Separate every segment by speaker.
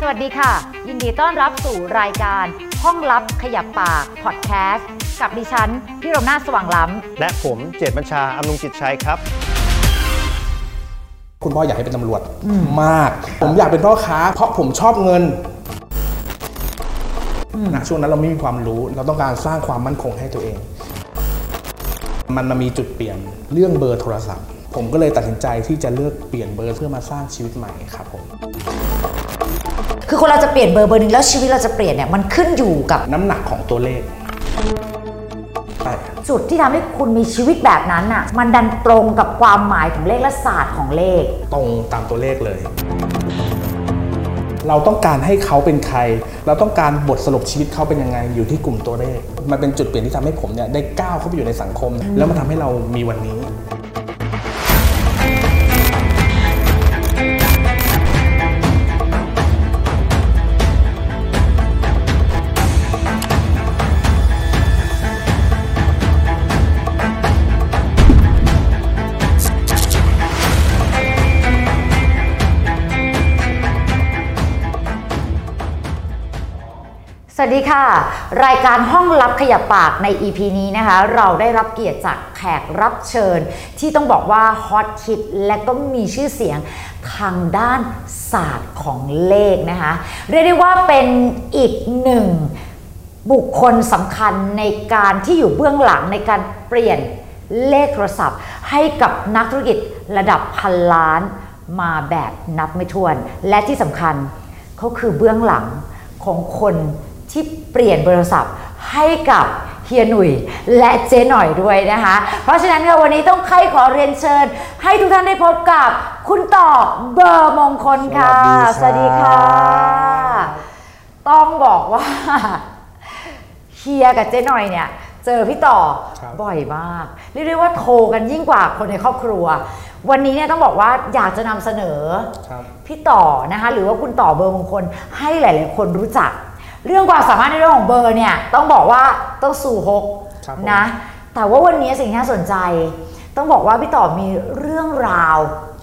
Speaker 1: สวัสดีค่ะ ยินดีต้อนรับสู่รายการ ห้องลับขยับปากพอดแคสต์กับดิฉันพี่รมนาถสว่างล้
Speaker 2: และผมเจตบัญชาอำนุงจิตชัยครับ
Speaker 3: คุณพ่ออยากให้เป็นตำรวจมาก ผมอยากเป็นพ่อค้า เพราะผมชอบเงินนะช่วงนั้นเราไม่มีความรู้ เราต้องการสร้างความมั่นคงให้ตัวเอง มันมามีจุดเปลี่ยนเรื่องเบอร์โทรศัพท์ ผมก็เลยตัดสินใจที่จะเลือกเปลี่ยนเบอร์เพื่อมาสร้างชีวิตใหม่ครับผม
Speaker 1: ำคือคนเราจะเปลี่ยนเบอร์เบอร์หนึงแล้วชีวิตเราจะเปลี่ยนเนี่ยมันขึ้นอยู่กับ
Speaker 3: น้ำหนักของตัวเลขใช่
Speaker 1: จุดที่ทำให้คุณมีชีวิตแบบนั้นน่ะมันดันตรงกับความหมายของเลขและศาสตร์ของเลข
Speaker 3: ตรงตามตัวเลขเลย เราต้องการให้เขาเป็นใคร เราต้องการบทสรุปชีวิตเขาเป็นยังไง อยู่ที่กลุ่มตัวเลข มันเป็นจุดเปลี่ยนที่ทำให้ผมเนี่ยได้ก้าวเข้าไปอยู่ในสังคม แล้วมันทำให้เรามีวันนี้
Speaker 1: สวัสดีค่ะ รายการห้องลับขยับปากใน EP นี้นะคะ เราได้รับเกียรติจากแขกรับเชิญ ที่ต้องบอกว่าฮอตคิดและก็มีชื่อเสียงทางด้านศาสตร์ของเลขนะคะ เรียกได้ว่าเป็นอีกหนึ่ง บุคคลสำคัญในการที่อยู่เบื้องหลังในการเปลี่ยนเลขโทรศัพท์ ให้กับนักธุรกิจระดับพันล้านมาแบบนับไม่ถ้วน และที่สำคัญเขาคือเบื้องหลังของคนที่เปลี่ยนเบอร์โทรศัพท์ให้กับเฮียหนุ่ยและเจ๊หน่อยด้วยนะคะ เพราะฉะนั้นค่ะวันนี้ต้องใครขอเรียนเชิญ ให้ทุกท่านได้พบกับคุณต่อเบอร์มงคลค่ะ
Speaker 3: สวัสดี
Speaker 1: ส
Speaker 3: ครั
Speaker 1: วัสดีค่ะ
Speaker 3: บ
Speaker 1: ต้องบอกว่า เฮียกับเจ๊หน่อยเนี่ย เจอพี่ต่อ
Speaker 3: ครับ
Speaker 1: บ่อยมาก เรียกได้ว่าโทรกันยิ่งกว่าคนในครอบครัว วันนี้เนี่ยต้องบอกว่าอยากจะนำเสนอ
Speaker 3: ครับ
Speaker 1: พี่ต่อนะคะหรือว่าคุณต่อเบอร์มงคลให้หลาย ๆ คนรู้จัก เรื่องความสามารถในเรื่องของเบอร์เนี่ยต้องบอกว่าต้องสู่หก
Speaker 3: ครับผม
Speaker 1: นะ แต่ว่าวันนี้สิ่งที่น่าสนใจ ต้องบอกว่าพี่ต่อมีเรื่องราว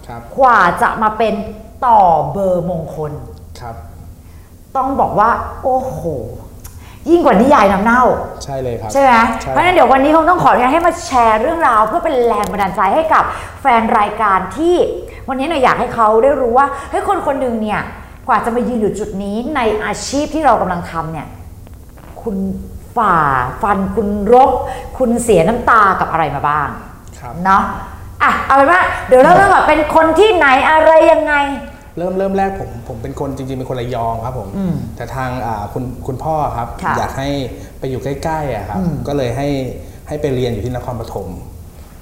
Speaker 3: ครับ
Speaker 1: กว่าจะมาเป็นต่อเบอร์มงคล
Speaker 3: ครับ
Speaker 1: ต้องบอกว่า โอ้โห ยิ่งกว่านิยายน้ำเน่า
Speaker 3: ใช่เลยครับ
Speaker 1: ใช่ไหม
Speaker 3: ใช่
Speaker 1: เพราะฉะนั้นเดี๋ยววันนี้คงต้องขออนุญาตให้มาแชร์เรื่องราว เพื่อเป็นแรงบันดาลใจให้กับแฟนรายการที่ วันนี้เนี่ยอยากให้เขาได้รู้ว่าเฮ้ยคนคนหนึ่งเนี่ยกว่าจะมายืนอยู่จุดนี้ในอาชีพที่เรากำลังทำเนี่ย คุณฝ่าฟันคุณรบ คุณเสียน้ำตากับอะไรมาบ้าง
Speaker 3: ครับ
Speaker 1: เนาะอ่ะเอาเป็นว่าเดี๋ยวเราเริ่มแบบเป็นคนที่ไหนอะไรยังไง
Speaker 3: เริ่มเริ่มแรกผมผมเป็นคนจริงๆเป็นคนระยองครับผม แต่ทางอ่าคุณคุณพ่อครับ
Speaker 1: ค่ะ
Speaker 3: อยากให้ไปอยู่ใกล้ๆอะครับ ก็เลยให้ให้ไปเรียนอยู่ที่นครปฐม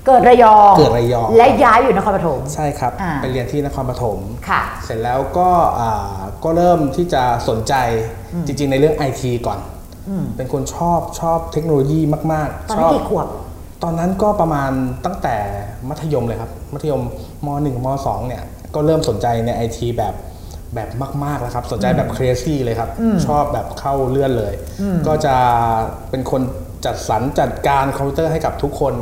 Speaker 1: เกิดระยอง
Speaker 3: เกิดระยอง
Speaker 1: และย้ายอยู่นครปฐม
Speaker 3: ใช่ครับ
Speaker 1: อ่า
Speaker 3: ไปเรียนที่นครปฐม
Speaker 1: ค่ะ
Speaker 3: เสร็จแล้วก็อ่าก็เริ่มที่จะสนใจจริงๆในเรื่องไอทีก่อน เป็นคนชอบชอบเทคโนโลยีมากๆ
Speaker 1: ตอน
Speaker 3: ช
Speaker 1: นั้น
Speaker 3: บ
Speaker 1: กี่ขวบ
Speaker 3: ตอนนั้นก็ประมาณตั้งแต่มัธยมเลยครับ มัธยมม .1 ม .2 เนี่ย ก็เริ่มสนใจในไอทีแบบแบบมาก ๆ แล้วครับ สนใจแบบครีเอซี่เลยครับ ชอบแบบเข้าเลื่อนเลย ก็จะเป็นคนจัดสรรจัดการคอมพิวเตอร์ให้กับทุกคน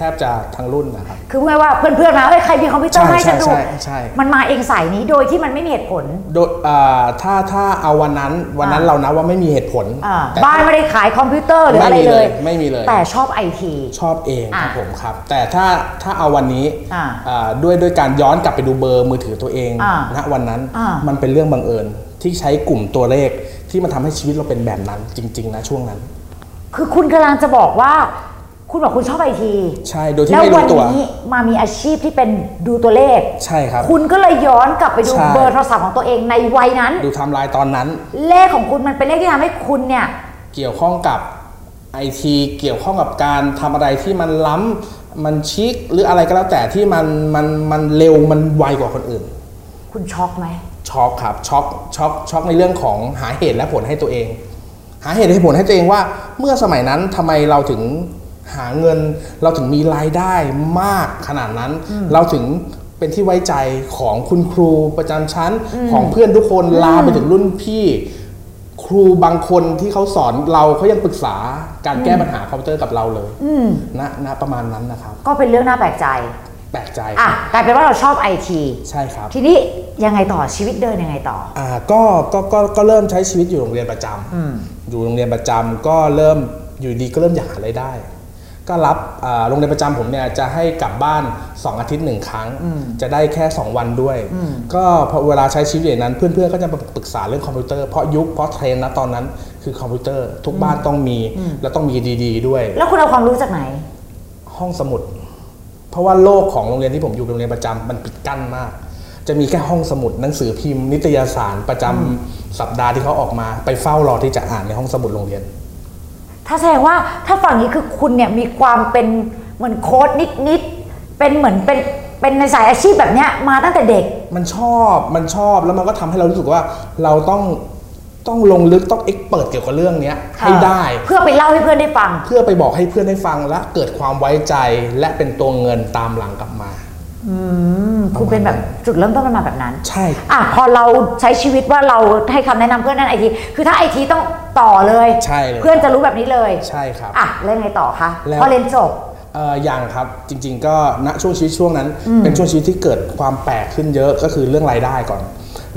Speaker 3: แทบจะทั้งรุ่นนะครับ
Speaker 1: คือพูดง่ายๆว่าเพื่อนๆมาเอ้ยใครมีคอมพิวเตอร์
Speaker 3: ใช่
Speaker 1: ให้ฉันดู
Speaker 3: ใช่ใช่ใช่
Speaker 1: มันมาเองสายนี้โดยที่มันไม่มีเหตุผล
Speaker 3: โดยอ่าถ้าถ้าเอาวันนั้นวันนั้นเรานะว่าไม่มีเหตุผล
Speaker 1: อ่า
Speaker 3: แต่
Speaker 1: บ้านไม่ได้ขายคอมพิวเตอร์หรืออะไร
Speaker 3: ไม่มี
Speaker 1: เล
Speaker 3: เลย ยไม่มีเลย
Speaker 1: แต่ชอบไอที
Speaker 3: ชอบเองครับ
Speaker 1: อ่ะ
Speaker 3: ผมครับ แต่ถ้าถ้าเอาวันนี้
Speaker 1: อ่ะ
Speaker 3: อ่าด้วยด้วยการย้อนกลับไปดูเบอร์มือถือตัวเอง
Speaker 1: อ่ะ
Speaker 3: ณวันนั้น
Speaker 1: อ่ะ
Speaker 3: มันเป็นเรื่องบังเอิญที่ใช้กลุ่มตัวเลขที่มันทำให้ชีวิตเราเป็นแบบนั้นจริง ๆ นะช่วงนั้น
Speaker 1: คือคุณกำลังจะบอกว่า คุณบอกคุณชอบไอที
Speaker 3: ใช่โดยที่
Speaker 1: แล้ว
Speaker 3: ไม่รู้
Speaker 1: วัน
Speaker 3: ตัว
Speaker 1: นี้มามีอาชีพที่เป็นดูตัวเลข
Speaker 3: ใช่ครับ
Speaker 1: คุณก็เลยย้อนกลับไปดู
Speaker 3: ใช่
Speaker 1: เบอร์โทรศัพท์ของตัวเองในวัยนั้น
Speaker 3: ดูไทำลายตอนนั้น
Speaker 1: เลขของคุณมันเป็นเลขที่ทำให้คุณเนี่ย
Speaker 3: เกี่ยวข้องกับไอทีเกี่ยวข้องกับการทำอะไรที่มันล้ำมันชิคหรืออะไรก็แล้วแต่ที่มันมันมันเร็วมันไวกว่าคนอื่น
Speaker 1: คุณช็อกไหม
Speaker 3: ช็อกครับช็อกช็อกช็อกในเรื่องของหาเหตุและผลให้ตัวเอง หาเหตุและผลให้ตัวเองว่า เมื่อสมัยนั้นทำไมเราถึงหาเงิน เราถึงมีรายได้มากขนาดนั้น เราถึงเป็นที่ไว้ใจของคุณครูประจำชั้นของเพื่อนทุกคนลามไปถึงรุ่นพี่ ครูบางคนที่เขาสอนเราเขายังปรึกษาการแก้ปัญหาคอมพิวเตอร์กับเราเลยณณประมาณนั้นนะครับ
Speaker 1: ก็เป็นเรื่องน่าแปลกใจ
Speaker 3: แปลกใจ
Speaker 1: อ่ะกลายเป็นว่าเราชอบไอที
Speaker 3: ใช่ครับ
Speaker 1: ทีนี้ยังไงต่อชีวิตเดินยังไงต่อ
Speaker 3: อ่าก็ก็ก็ก็เริ่มใช้ชีวิตอยู่โรงเรียนประจำอยู่โรงเรียนประจำก็เริ่มอยู่ดีก็เริ่มอยากหารายได้ ก็รับอ่าโรงเรียนประจำผมเนี่ยจะให้กลับบ้าน 2 อาทิตย์หนึ่งครั้ง จะได้แค่ 2 วันด้วย ก็พอเวลาใช้ชีวิตอย่างนั้นเพื่อนๆก็จะมาปรึกษาเรื่องคอมพิวเตอร์เพราะยุคเพราะเทรนด์นะตอนนั้นคือคอมพิวเตอร์ ทุกบ้านต้องมีแล้วต้องมีดีๆด้วย
Speaker 1: แล้วคุณเอาความรู้จากไหน
Speaker 3: ห้องสมุด เพราะว่าโลกของโรงเรียนที่ผมอยู่เป็นโรงเรียนประจำมันปิดกั้นมาก จะมีแค่ห้องสมุดหนังสือพิมพ์ นิตยสารประจำสัปดาห์ที่เขาออกมา ไปเฝ้ารอที่จะอ่านในห้องสมุดโรงเรียน
Speaker 1: ถ้าแสดงว่าถ้าฝั่งนี้คือคุณเนี่ยมีความเป็นเหมือนโค้ดนิดๆเป็นเหมือนเป็นเป็นในสายอาชีพแบบเนี้ยมาตั้งแต่เด็ก
Speaker 3: มันชอบมันชอบแล้วมันก็ทำให้เรารู้สึกว่าเราต้องต้องลงลึกต้องเอ็กเปิดเกี่ยวกับเรื่องเนี้ยให้ได้
Speaker 1: เพื่อไปเล่าให้เพื่อนได้ฟัง
Speaker 3: เพื่อไปบอกให้เพื่อนได้ฟังและเกิดความไว้ใจและเป็นตัวเงินตามหลังกลับมา
Speaker 1: อืมคุณเป็นแบบจุดเริ่มต้นมันมาแบบนั้น
Speaker 3: ใช่
Speaker 1: อ่ะพอเราใช้ชีวิตว่าเราให้คำแนะนำเพื่อนนั่นไอทีคือถ้าไอทีต้องต่อเลย
Speaker 3: ใช่เลย
Speaker 1: เพื่อนจะรู้แบบนี้เลย
Speaker 3: ใช่ครับ
Speaker 1: อ่ะเล่นไงต่อคะ
Speaker 3: แล้ว
Speaker 1: พอเรียนจบ
Speaker 3: เอ่ออย่างครับจริงๆก็ณช่วงชีวิตช่วงนั้น เป็นช่วงชีวิตที่เกิดความแปลกขึ้นเยอะก็คือเรื่องรายได้ก่อน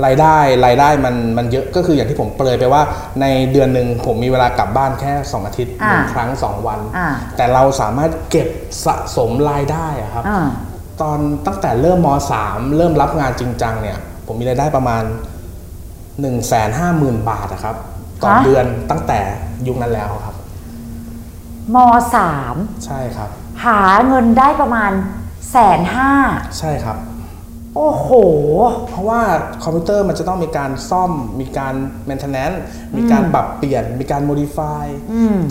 Speaker 3: รายได้รายได้มันมันเยอะก็คืออย่างที่ผมเปรยไปว่า ในเดือนหนึ่งผมมีเวลากลับบ้านแค่ 2 อาทิตย์
Speaker 1: อ่า
Speaker 3: หนึ่งครั้ง 2 วัน
Speaker 1: อ่า
Speaker 3: แต่เราสามารถเก็บสะสมรายได้อะครับ
Speaker 1: อ่า
Speaker 3: ตอนตั้งแต่เริ่มม .3 เริ่มรับงานจริงจังเนี่ย ผมมีรายได้ประมาณ 1 5 0 0 0 0 บาทนะครับต่อเดือนตั้งแต่ยุคนั้นแล้วครับ
Speaker 1: มสาม
Speaker 3: ใช่ครับ
Speaker 1: หาเงินได้ประมาณแสนห้า
Speaker 3: ใช่ครับ
Speaker 1: โอ้โห
Speaker 3: เพราะว่าคอมพิวเตอร์มันจะต้องมีการซ่อม มีการ maintenance มีการปรับเปลี่ยน มีการ modify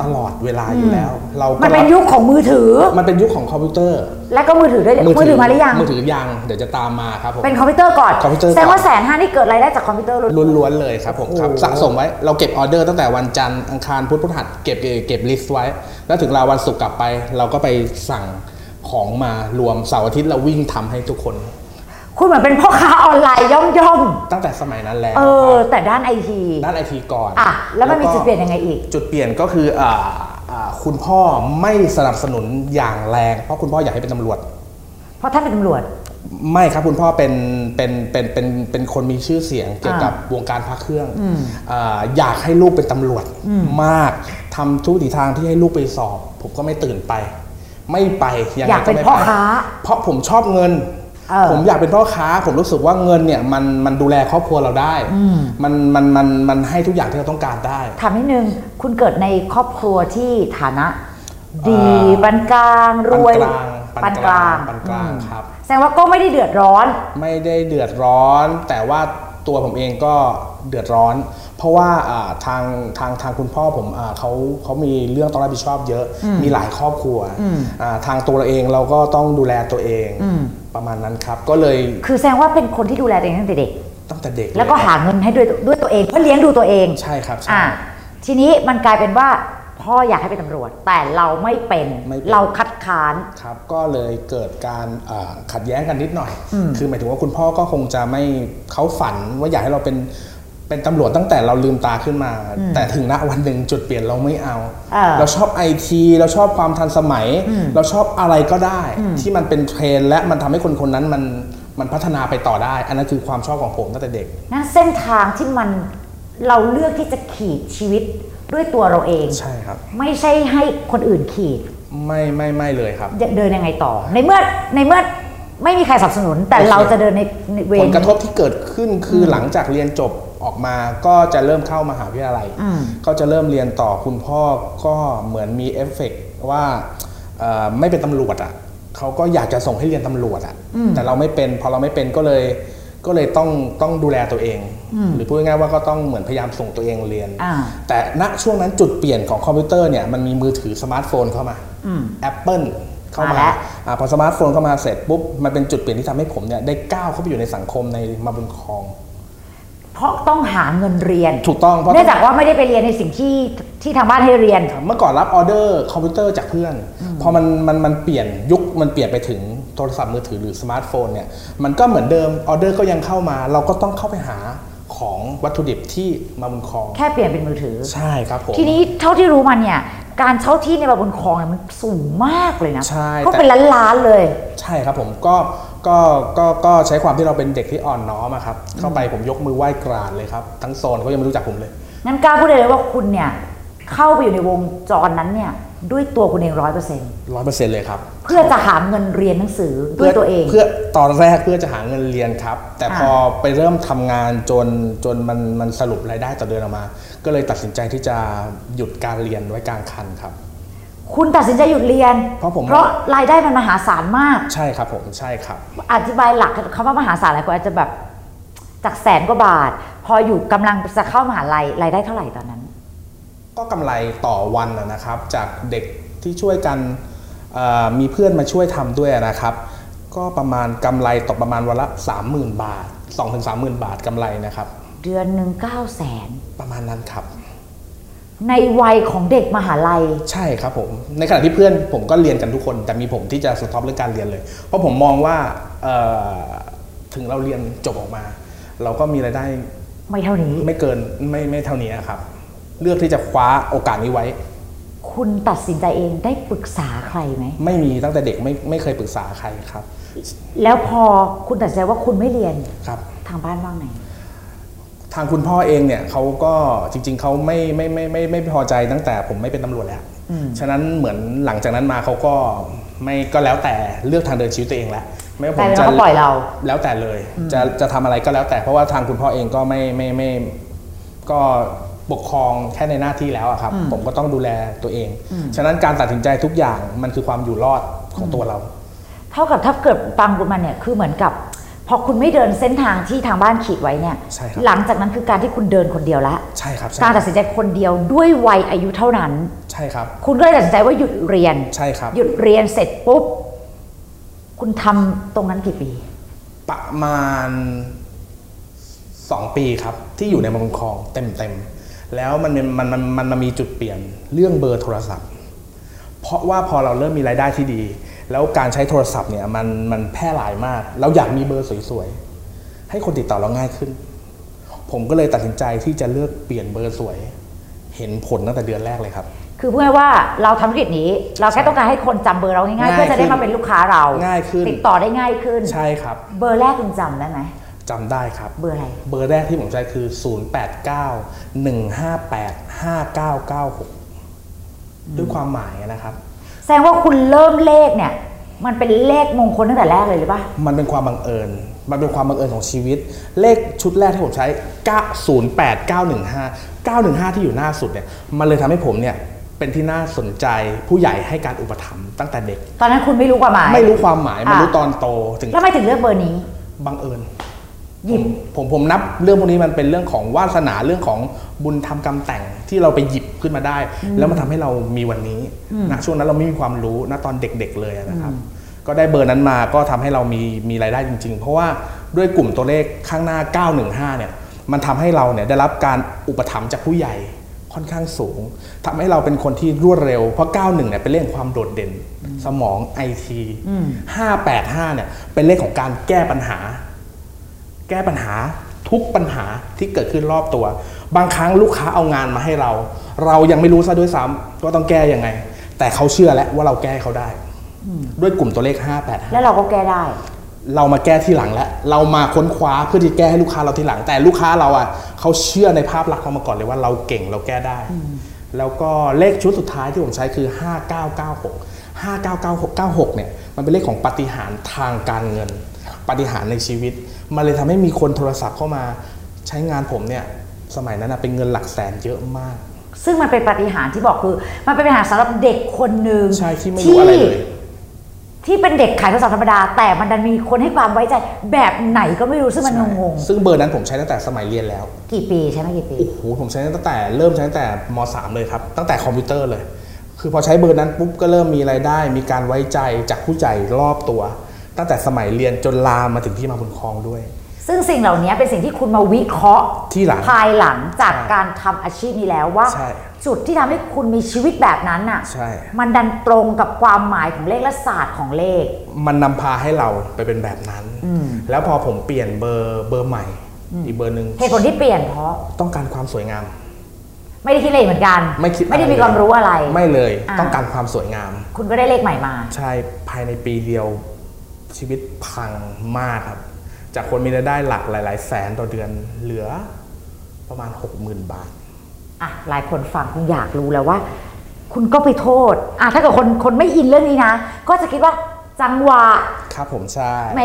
Speaker 3: ตลอดเวลาอยู่แล้ว เราก็
Speaker 1: มันเป็นยุคของมือถือ
Speaker 3: มันเป็นยุคของคอมพิวเตอร์
Speaker 1: และก็มือถือด้วยมือถือมาหรือยัง
Speaker 3: มือถือยัง เดี๋ยวจะตามมาครับผม
Speaker 1: เป็นคอมพิวเตอร์ก่อน
Speaker 3: คอมพิวเตอร์ก่อน
Speaker 1: แสดงว่าแสนห้านี่เกิดรายได้จากคอมพิวเตอร์ล้วน
Speaker 3: ล้วนๆเลยครับผมครับ
Speaker 1: โอ้โห
Speaker 3: สะสมไว้เราเก็บออเดอร์ตั้งแต่วันจันทร์อังคารพุธพฤหัสเก็บเก็บลิสต์ไว้ แล้วถึงเราวันศุกร์กลับไป เราก็ไปสั่งของมารวมเสาร์อาทิตย์เราวิ่งทำให้ทุกคน
Speaker 1: คุณเหมือนเป็นพ่อค้าออนไลน์ย่อมย่อม
Speaker 3: ตั้งแต่สมัยนั้นแล้ว
Speaker 1: ๆเออ แต่ด้านไอที
Speaker 3: ด้านไอทีก่อน
Speaker 1: อ่ะ แล้วมันมีจุดเปลี่ยนยังไงอีก
Speaker 3: จุดเปลี่ยนก็คืออาอาคุณพ่อไม่สนับสนุนอย่างแรง เพราะคุณพ่ออยากให้เป็นตำรวจ
Speaker 1: เพราะท่านเป็นตำรวจ
Speaker 3: ไม่ครับคุณพ่อเป็นเป็นเป็นเป็นเป็นคนมีชื่อเสียงเกี่ยวกับวงการพระเครื่องอาอยากให้ลูกเป็นตำรวจมากทำทุกทิศทางที่ให้ลูกไปสอบ ผมก็ไม่ตื่นไป ไม่ไปงไง
Speaker 1: อยากเป็น
Speaker 3: ไม่ไ
Speaker 1: พ่อค้า
Speaker 3: เพราะผมชอบเงิน
Speaker 1: เออ
Speaker 3: ผมอยากเป็นพ่อค้า ผมรู้สึกว่าเงินเนี่ยมันมันดูแลครอบครัวเราได้ มันมันมันมันให้ทุกอย่างที่เราต้องการได้
Speaker 1: ถามนิดนึง คุณเกิดในครอบครัวที่ฐานะ ดี
Speaker 3: อ่า
Speaker 1: ปานกลางรวย
Speaker 3: ปานกลาง
Speaker 1: ปากลาง
Speaker 3: ปาน นกลางปานกลางครับ
Speaker 1: แสดงว่าก็ไม่ได้เดือดร้อน
Speaker 3: ไม่ได้เดือดร้อน แต่ว่าตัวผมเองก็เดือดร้อน เพราะว่าอ่าทางทางทางคุณพ่อผมอ่าเขาเขามีเรื่องต้องรับผิดชอบเยอะมีหลายครอบครัวอ่าทางตัวเราเองเราก็ต้องดูแลตัวเองประมาณนั้นครับ ก็เลย
Speaker 1: คือแสดงว่าเป็นคนที่ดูแลตัวเองตั้งแต่เด็ก
Speaker 3: ตั้งแต่เด็กเย
Speaker 1: แล้วก็หาเงินให้ด้วยด้วยตัวเองเพื่อเลี้ยงดูตัวเอง
Speaker 3: ใช่ครับใช่
Speaker 1: อ่ะทีนี้มันกลายเป็นว่าพ่ออยากให้เป็นตำรวจ แต่เราไม่เป็น
Speaker 3: ไม่เป็น
Speaker 1: เราคัดค้าน
Speaker 3: ครับก็เลยเกิดการอ่าขัดแย้งกันนิดหน่อย คือหมายถึงว่าคุณพ่อก็คงจะไม่เขาฝันว่าอยากให้เราเป็นเป็นตำรวจตั้งแต่เราลืมตาขึ้นมา แต่ถึงณวันหนึ่งจุดเปลี่ยนเราไม่เอา
Speaker 1: เออ
Speaker 3: ชอบไอทีเราชอบความทันสมัย เราชอบอะไรก็ได้ ที่มันเป็นเทรนด์และมันทำให้คนคนนั้นมันมันพัฒนาไปต่อได้ อันนั้นคือความชอบของผมตั้งแต่เด็ก
Speaker 1: นะเส้นทางที่มันเราเลือกที่จะขีดชีวิตด้วยตัวเราเอง
Speaker 3: ใช่ครับ
Speaker 1: ไม่ใช่ให้คนอื่นขีด
Speaker 3: ไม่ไม่ไม่เลยครับ
Speaker 1: จะเดินยังไงต่อ ในเมื่อในเมื่อไม่มีใครสนับสนุน แต่
Speaker 3: โอเค
Speaker 1: เราจะเดินในในเว
Speaker 3: ผ
Speaker 1: น
Speaker 3: ลกระทบที่เกิดขึ้นคืออหลังจากเรียนจบออกมาก็จะเริ่มเข้ามหาวิทยาลัย ก็จะเริ่มเรียนต่อคุณพ่อก็เหมือนมีเอฟเฟกต์ว่าเอ่อไม่เป็นตำรวจอ่ะเขาก็อยากจะส่งให้เรียนตำรวจอ่ะแต่เราไม่เป็นพอเราไม่เป็นก็เลยก็เลยต้องต้องดูแลตัวเอง หรือพูดง่ายๆว่าก็ต้องเหมือนพยายามส่งตัวเองเรียน
Speaker 1: อ่า
Speaker 3: แต่ณช่วงนั้นจุดเปลี่ยนของคอมพิวเตอร์เนี่ยมันมีมือถือสมาร์ทโฟนเข้ามา Apple เข้า
Speaker 1: มา
Speaker 3: มา
Speaker 1: แล้ว
Speaker 3: อาพอสมาร์ทโฟนเข้ามาเสร็จปุ๊บ มันเป็นจุดเปลี่ยนที่ทำให้ผมเนี่ยได้ก้าวเข้าไปอยู่ในสังคมในมาบุญครอง
Speaker 1: เพราะต้องหาเงินเรียน
Speaker 3: ถูกต้องเพราะ
Speaker 1: เนื่องจากว่าไม่ได้ไปเรียนในสิ่งที่ที่ทางบ้านให้เรียน
Speaker 3: เมื่อก่อนรับออเดอร์คอมพิวเตอร์จากเพื่อน พอมันมันมันเปลี่ยนยุคมันเปลี่ยนไปถึงโทรศัพท์มือถือหรือสมาร์ทโฟนเนี่ยมันก็เหมือนเดิมออเดอร์ก็ยังเข้ามา เราก็ต้องเข้าไปหาของวัตถุดิบที่มาบุญครอง
Speaker 1: แค่เปลี่ยนเป็นมือถือ
Speaker 3: ใช่ครับผม
Speaker 1: ทีนี้เท่าที่รู้มันเนี่ย การเช่าที่ในบางบนคลองเนี่ยมันสูงมากเลยนะ
Speaker 3: ใช่
Speaker 1: ก็
Speaker 3: แต่
Speaker 1: เป็นล้านล้านๆเลย
Speaker 3: ใช่ครับผมก็ก็ก็ก็ใช้ความที่เราเป็นเด็กที่อ่อนน้อมอะครับเข้าไปผมยกมือไหว้กราบเลยครับ ทั้งโซนเขายังไม่รู้จักผมเลย
Speaker 1: งั้นกล้าพูดได้เลยว่าคุณเนี่ย เข้าไปอยู่ในวงจรนั้นเนี่ย ด้วยตัวคุณเองร้อยเปอร์เซ็นต์
Speaker 3: ร้อยเปอร์เซ็นต์เลยครับ
Speaker 1: เพื่อจะหาเงินเรียนหนังสือด้วยตัวเอง
Speaker 3: เพื่อตอนแรกเพื่อจะหาเงินเรียนครับ แต่พอไปเริ่มทำงานจนจนมันมันสรุปรายได้ต่อเดือนออกมา ก็เลยตัดสินใจที่จะหยุดการเรียนไว้กลางคันครับ
Speaker 1: คุณตัดสินใจหยุดเรียน
Speaker 3: เพราะผม
Speaker 1: เพราะรายได้มันมหาศาลมาก
Speaker 3: ใช่ครับผมใช่ครับ
Speaker 1: อธิบายหลักคำว่ามหาศาลหลายคนอาจจะแบบจากแสนกว่าบาท พออยู่กำลังจะเข้ามหาลัยรายได้เท่าไหร่ตอนนั้น
Speaker 3: ก็กำไรต่อวันนะนะครับ จากเด็กที่ช่วยกันเอ่อมีเพื่อนมาช่วยทำด้วยนะครับ ก็ประมาณกำไรตกประมาณวันละ 30,000 บาท 2-30,000 บาทกำไรนะครับ
Speaker 1: เดือนหนึ่งเก้าแสน
Speaker 3: ประมาณนั้นครับ
Speaker 1: ในวัยของเด็กมหาลัย
Speaker 3: ใช่ครับผมในขณะที่เพื่อนผมก็เรียนกันทุกคน แต่มีผมที่จะสต็อปเรื่องการเรียนเลย เพราะผมมองว่าเอ่อถึงเราเรียนจบออกมา เราก็มีรายได้
Speaker 1: ไม่เท่านี้
Speaker 3: ไม่เกินไม่ไม่เท่านี้ครับ เลือกที่จะคว้าโอกาสนี้ไว้
Speaker 1: คุณตัดสินใจเองได้ปรึกษาใครไหม
Speaker 3: ไม่มีตั้งแต่เด็กไม่ไม่เคยปรึกษาใครครับ
Speaker 1: แล้วพอคุณตัดสินใจว่าคุณไม่เรียน
Speaker 3: ครับ
Speaker 1: ทางบ้านว่างไง
Speaker 3: ทางคุณพ่อเองเนี่ยเขาก็จริง ๆเขาไม่ไม่ไม่ไม่ไม่พอใจตั้งแต่ผมไม่เป็นตำรวจแล้ว ฉะนั้นเหมือนหลังจากนั้นมาเขาก็ไม่ก็แล้วแต่เลือกทางเดินชีวิตตัวเองแล้วไม่ว่า
Speaker 1: ก
Speaker 3: ผ
Speaker 1: ลาย
Speaker 3: ม
Speaker 1: เป็น
Speaker 3: จะ
Speaker 1: ว่าเขาปล่อยเรา
Speaker 3: แล้วแต่เลย จะจะทำอะไรก็แล้วแต่เพราะว่าทางคุณพ่อเองก็ไม่ไม่ไม่ก็ปกครองแค่ในหน้าที่แล้วอะครับ ผมก็ต้องดูแลตัวเอง ฉะนั้นการตัดสินใจทุกอย่างมันคือความอยู่รอดของตัวเรา
Speaker 1: เท่ากับถ้าเกิดฟังคุณมาเนี่ยคือเหมือนกับ พอคุณไม่เดินเส้นทางที่ทางบ้านขีดไว้เนี่ย
Speaker 3: ใช่ครับ
Speaker 1: หลังจากนั้นคือการที่คุณเดินคนเดียวละ
Speaker 3: ใช่ครับใช่
Speaker 1: การตัดสินใจคนเดียวด้วยวัยอายุเท่านั้น
Speaker 3: ใช่ครับ
Speaker 1: คุณก็เลยตัดสินใจว่าหยุดเรียน
Speaker 3: ใช่ครับ
Speaker 1: หยุดเรียนเสร็จปุ๊บ คุณทำตรงนั้นกี่ปี
Speaker 3: ประมาณ 2 ปีครับ ที่อยู่ในบางคลองเต็มๆ แล้วมันเป็นมันมันมันมันมีจุดเปลี่ยนเรื่องเบอร์โทรศัพท์ เพราะว่าพอเราเริ่มมีรายได้ที่ดี แล้วการใช้โทรศัพท์เนี่ยมันมันแพร่หลายมาก เราอยากมีเบอร์สวยๆ ให้คนติดต่อเราง่ายขึ้น ผมก็เลยตัดสินใจที่จะเลือกเปลี่ยนเบอร์สวย เห็นผลตั้งแต่เดือนแรกเลยครับ
Speaker 1: คือเพื่อว่าเราทำธุรกิจนี้ เราแค่ต้องการให้คนจำเบอร์เราง่ายๆ
Speaker 3: ง่ายขึ้น
Speaker 1: เพื่อจะได้มาเป็นลูกค้าเรา
Speaker 3: ง่ายขึ้น
Speaker 1: ติดต่อได้ง่ายขึ้น
Speaker 3: ใช่ครับ
Speaker 1: เบอร์แรกคุณจำได้ไหม
Speaker 3: จำได้ครับ
Speaker 1: เบอร์อะไร
Speaker 3: เบอร์แรกที่ผมใช้คือ 0891585996 ด้วยความหมายนะครับ
Speaker 1: แสดงว่าคุณเริ่มเลขเนี่ย มันเป็นเลขมงคลตั้งแต่แรกเลยหรือเปล่า
Speaker 3: มันเป็นความบังเอิญ มันเป็นความบังเอิญของชีวิต เลขชุดแรกที่ผมใช้ 908915 915 ที่อยู่หน้าสุดเนี่ย มันเลยทำให้ผมเนี่ย เป็นที่น่าสนใจผู้ใหญ่ให้การอุปถัมภ์ตั้งแต่เด็ก
Speaker 1: ตอนนั้นคุณไม่รู้ความหมาย
Speaker 3: ไม่รู้ความหมาย มันรู้
Speaker 1: อ่ะ
Speaker 3: ตอนโตถึง
Speaker 1: แล้วทำไมถึงเลือกเบอร์นี้
Speaker 3: บังเอิญ
Speaker 1: หยิบ
Speaker 3: ผมผมนับเรื่องพวกนี้มันเป็นเรื่องของวาสนาเรื่องของบุญทำกรรมแต่งที่เราไปหยิบขึ้นมาได้ แล้วมันทำให้เรามีวันนี้นะช่วงนั้นเราไม่มีความรู้นะตอนเด็ก ๆ เลยนะครับ ก็ได้เบอร์นั้นมาก็ทำให้เรามีมีรายได้จริง ๆ เพราะว่าด้วยกลุ่มตัวเลขข้างหน้า 915 เนี่ย มันทำให้เราเนี่ยได้รับการอุปถัมภ์จากผู้ใหญ่ค่อนข้างสูงทำให้เราเป็นคนที่รวดเร็ว เพราะ 91 เนี่ยเป็นเลขของความโดดเด่น สมองไอที585 เนี่ยเป็นเลขของการแก้ปัญหา แก้ปัญหาทุกปัญหาที่เกิดขึ้นรอบตัว บางครั้งลูกค้าเอางานมาให้เรา เรายังไม่รู้ซะด้วยซ้ำว่าต้องแก้ยังไง แต่เขาเชื่อแล้วว่าเราแก้เขาได้ ด้วยกลุ่มตัวเลข 5 8
Speaker 1: แล้วเราก็แก้ได้
Speaker 3: 5 เรามาแก้ที่หลังแล้ว เรามาค้นคว้าเพื่อที่แก้ให้ลูกค้าเราทีหลัง แต่ลูกค้าเราอ่ะเขาเชื่อในภาพลักษณ์เขามาก่อนเลยว่าเราเก่งเราแก้ได้ แล้วก็เลขชุดสุดท้ายที่ผมใช้คือ 5996 59996เนี่ยมันเป็นเลขของปาฏิหารย์ทางการเงิน ปาฏิหารย์ในชีวิต มันเลยทำให้มีคนโทรศัพท์เข้ามาใช้งานผมเนี่ยสมัยนั้นนะเป็นเงินหลักแสนเยอะมาก
Speaker 1: ซึ่งมันเป็นปาฏิหารย์ที่บอกคือ มันเป็นปาฏิหารย์สำหรับเด็กคนหนึ่ง
Speaker 3: ใช่ที่ไม่รู้อะไรเลย
Speaker 1: ที่เป็นเด็กขายโทรศัพท์ธรรมดา แต่มันดันมีคนให้ความไว้ใจแบบไหนก็ไม่รู้ซึ่งมันงง
Speaker 3: ซึ่งเบอร์นั้นผมใช้ตั้งแต่สมัยเรียนแล้ว
Speaker 1: ๆกี่ปีใช่ไหมกี่ปี
Speaker 3: โอ้โหผมใช้ตั้งแต่เริ่มใช้ตั้งแต่ม .3 เลยครับ ตั้งแต่คอมพิวเตอร์เลย คือพอใช้เบอร์นั้นปุ๊บก็เริ่มมีรายได้ มีการไว้ใจจากผู้ใหญ่รอบตัว ตั้งแต่สมัยเรียนจนลามมาถึงที่มาบุญครองด้วย
Speaker 1: ซึ่งสิ่งเหล่านี้เป็นสิ่งที่คุณมาวิเคราะห์
Speaker 3: ที่หลัง
Speaker 1: ภายหลังจาก
Speaker 3: ใช่
Speaker 1: การทำอาชีพนี้แล้วว่า
Speaker 3: ใช่
Speaker 1: จุดที่ทำให้คุณมีชีวิตแบบนั้นน่ะ
Speaker 3: ใช่
Speaker 1: มันดันตรงกับความหมายของเลขและศาสตร์ของเลข
Speaker 3: มันนำพาให้เราไปเป็นแบบนั้น แล้วพอผมเปลี่ยนเบอร์เบอร์ใหม่ อีกเบอร์หนึ่ง
Speaker 1: เหตุผลที่เปลี่ยนเพราะ
Speaker 3: ต้องการความสวยงาม
Speaker 1: ไม่ได้คิดเลยเหมือนกัน
Speaker 3: ไม่คิด
Speaker 1: ไม่ได้
Speaker 3: อะ
Speaker 1: มี
Speaker 3: เล
Speaker 1: ความรู้อะไร
Speaker 3: ไม่เลย
Speaker 1: อ่า
Speaker 3: ต้องการความสวยงาม
Speaker 1: คุณก็ได้เลขใหม่มา
Speaker 3: ใช่ภายในปีเดียวชีวิตพังมากครับ จากคนมีรายได้หลักหลาย ๆ แสนต่อเดือนเหลือประมาณ 60,000 บาท
Speaker 1: อ่ะหลายคนฟังคงอยากรู้แล้วว่า คุณก็ไปโทษอ่ะถ้าเกิดคนคนไม่อินเรื่องนี้นะ ก็จะคิดว่าจังหวะ
Speaker 3: ครับผมใช่
Speaker 1: แหม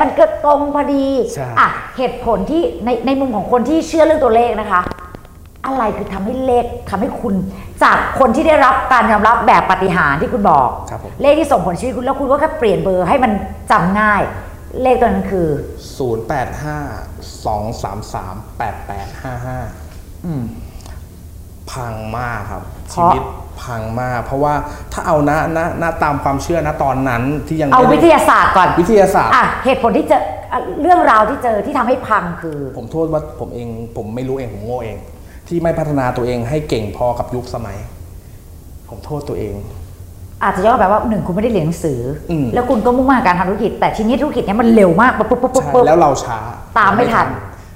Speaker 1: มันก็ตรงพอดี
Speaker 3: ใช่
Speaker 1: อ่ะเหตุผลที่ในในมุมของคนที่เชื่อเรื่องตัวเลขนะคะ อะไรคือทำให้เลขทำให้คุณ จากคนที่ได้รับการยอมรับแบบปาฏิหารย์ที่คุณบอก
Speaker 3: ครับผม
Speaker 1: เลขที่ส่งผลชีวิตคุณแล้วคุณก็แค่เปลี่ยนเบอร์ให้มันจำง่าย เลขตัวนั้นคือ
Speaker 3: 085 233 8855 พังมากครับ
Speaker 1: เพ
Speaker 3: ชี
Speaker 1: ราะ
Speaker 3: วิตพังมาก เพราะว่าถ้าเอานะนะนะตามความเชื่อนะตอนนั้นที่ยัง
Speaker 1: เอาวิ
Speaker 3: ไม่
Speaker 1: ท
Speaker 3: ได้
Speaker 1: ยาศาสตร์ก่อน
Speaker 3: วิทยาศาสตร์
Speaker 1: อ่ะเหตุผลที่เจออ่ะเรื่องราวที่เจอที่ทำให้พังคือ
Speaker 3: ผมโทษว่าผมเองผมไม่รู้เองผมโง่เอง ที่ไม่พัฒนาตัวเองให้เก่งพอกับยุคสมัย ผมโทษตัวเอง
Speaker 1: อาจจะย้อนแบบว่าหนึ่งคุณไม่ได้เรียนหนังสืออ
Speaker 3: ม
Speaker 1: แล้วคุณก็มุ่งมั่นการทำธุรกิจ แต่ทีนี้ธุรกิจเนี้ยมันเร็วมากปุ๊บปุ๊บปุ๊บปุ๊บ
Speaker 3: ใช่แล้วเราช้า
Speaker 1: ตามไม่ทัน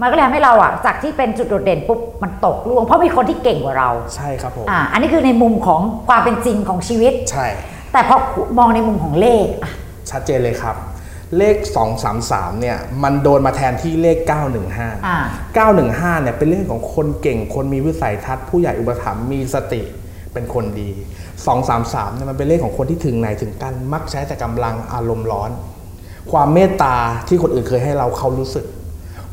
Speaker 1: มันก็เลยทำให้เราอ่ะ จากที่เป็นจุดโดดเด่นปุ๊บ มันตกล่วง เพราะมีคนที่เก่งกว่าเรา
Speaker 3: ใช่ครับผม
Speaker 1: อ่า อันนี้คือในมุมของความเป็นจริงของชีวิต
Speaker 3: ใช่
Speaker 1: แต่พอมองในมุมของเลขอ่ะ
Speaker 3: ชัดเจนเลยครับ เลข 233 เนี่ย มันโดนมาแทนที่เลข 915
Speaker 1: อ่า
Speaker 3: 915 เนี่ยเป็นเรื่องของคนเก่ง คนมีวิสัยทัศน์ผู้ใหญ่อุปถัมภ์มีสติเป็นคนดี 233 เนี่ยมันเป็นเลขของคนที่ถึงไหนถึงกันมักใช้แต่กำลังอารมณ์ร้อน ความเมตตาที่คนอื่นเคยให้เราเขารู้สึก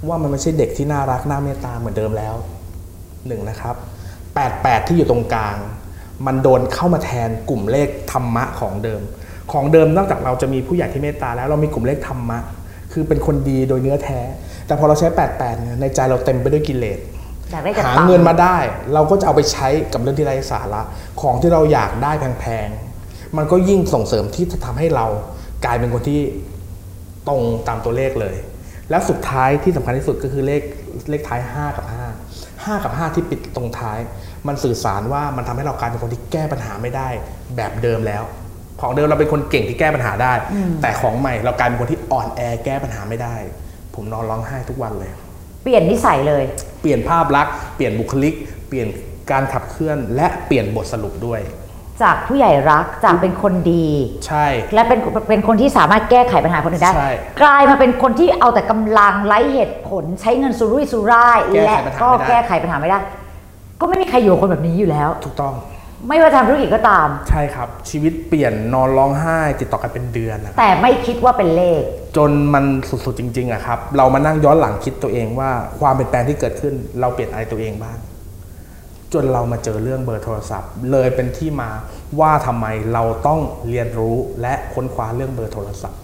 Speaker 3: ว่ามันไม่ใช่เด็กที่น่ารักน่าเมตตาเหมือนเดิมแล้ว หนึ่งนะครับ 88 ที่อยู่ตรงกลาง มันโดนเข้ามาแทนกลุ่มเลขธรรมะของเดิม ของเดิมนอกจากเราจะมีผู้ใหญ่ที่เมตตาแล้วเรามีกลุ่มเลขธรรมะ คือเป็นคนดีโดยเนื้อแท้ แต่พอเราใช้ 88เนี่ยในใจเราเต็มไปด้วยกิเลส
Speaker 1: อยากได้กระ
Speaker 3: หา
Speaker 1: เป๋า
Speaker 3: เงินมาได้ เราก็จะเอาไปใช้กับเรื่องที่ไร้สาระของที่เราอยากได้แพงๆ มันก็ยิ่งส่งเสริมที่จะทำให้เรากลายเป็นคนที่ตรงตามตัวเลขเลย แล้วสุดท้ายที่สำคัญที่สุดก็คือเลขเลขท้าย 5 กับ 5 5 กับ 5 ที่ปิดตรงท้าย มันสื่อสารว่ามันทำให้เรากลายเป็นคนที่แก้ปัญหาไม่ได้แบบเดิมแล้ว ของเดิมเราเป็นคนเก่งที่แก้ปัญหาได้ แต่ของใหม่เรากลายเป็นคนที่อ่อนแอแก้ปัญหาไม่ได้ ผมนอนร้องไห้ทุกวันเลย
Speaker 1: เปลี่ยนนิสัยเลย
Speaker 3: เปลี่ยนภาพลักษณ์ เปลี่ยนบุคลิก เปลี่ยนการขับเคลื่อน และเปลี่ยนบทสรุปด้วย
Speaker 1: จากผู้ใหญ่รัก จากเป็นคนดี
Speaker 3: ใช่
Speaker 1: และเป็นเป็นคนที่สามารถแก้ไขปัญหาคนอื่นได้
Speaker 3: ใช่
Speaker 1: กลายมาเป็นคนที่เอาแต่กำลังไร้เหตุผลใช้เงินสุรุ่ยสุร่าย
Speaker 3: แก้ไข
Speaker 1: และ
Speaker 3: ปัญหา
Speaker 1: ก็
Speaker 3: ไม่ได้
Speaker 1: แก้ไขปัญหาไม่ได้ ก็ไม่มีใครอยู่กับคนแบบนี้อยู่แล้ว
Speaker 3: ถูกต้อง
Speaker 1: ไม่ว่าทำธุรกิจก็ตาม
Speaker 3: ใช่ครับ ชีวิตเปลี่ยนนอนร้องไห้ ติดต่อกันเป็นเดือนนะครับ
Speaker 1: แต่ไม่คิดว่าเป็นเลข
Speaker 3: จนมันสุดๆจริงๆอะครับ เรามานั่งย้อนหลังคิดตัวเองว่าความเปลี่ยนแปลงที่เกิดขึ้น เราเปลี่ยนอะไรตัวเองบ้าง จนเรามาเจอเรื่องเบอร์โทรศัพท์ เลยเป็นที่มาว่าทำไมเราต้องเรียนรู้และค้นคว้าเรื่องเบอร์โทรศัพท์